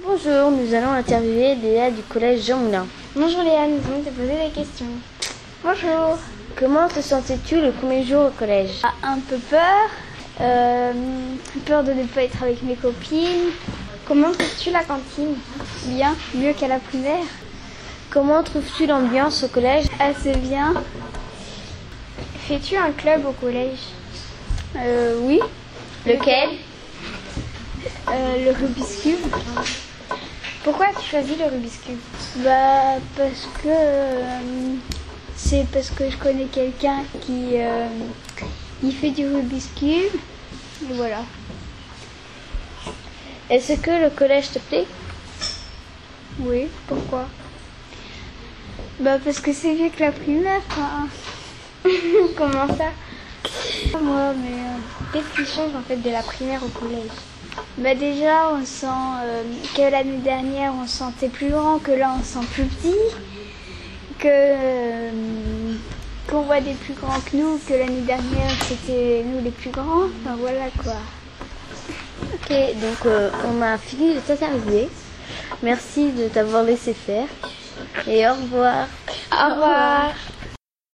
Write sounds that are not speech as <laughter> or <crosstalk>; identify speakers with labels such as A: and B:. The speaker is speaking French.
A: Bonjour, nous allons interviewer Léa du collège Jean Moulin.
B: Bonjour Léa, nous allons te poser des questions.
A: Bonjour. Comment te sentais-tu le premier jour au collège
B: Ah, un peu peur, euh, peur de ne pas être avec mes copines. Comment trouves-tu la cantine Bien, mieux qu'à la primaire.
A: Comment trouves-tu l'ambiance au collège
B: Assez bien. Fais-tu un club au collège
C: Euh, oui.
A: Lequel
B: Euh, Le Rubik's Cube Pourquoi as-tu choisi le Rubik's Cube Bah, parce que. euh, c'est parce que je connais quelqu'un qui. euh, il fait du Rubik's Cube. Et voilà.
A: Est-ce que le collège te plaît
B: Oui, pourquoi Bah parce que c'est mieux que la primaire, <laughs> Comment ça Moi, mais euh, qu'est-ce qui change en fait de la primaire au collège Bah déjà, on sent euh, que l'année dernière, on se sentait plus grand, que là, on se sent plus petit, que euh, qu'on voit des plus grands que nous, que l'année dernière, c'était nous les plus grands. Enfin voilà quoi.
A: Ok, donc euh, on a fini de t'interviewer. Merci de t'avoir laissé faire. Et au revoir.
B: Ah, Au revoir.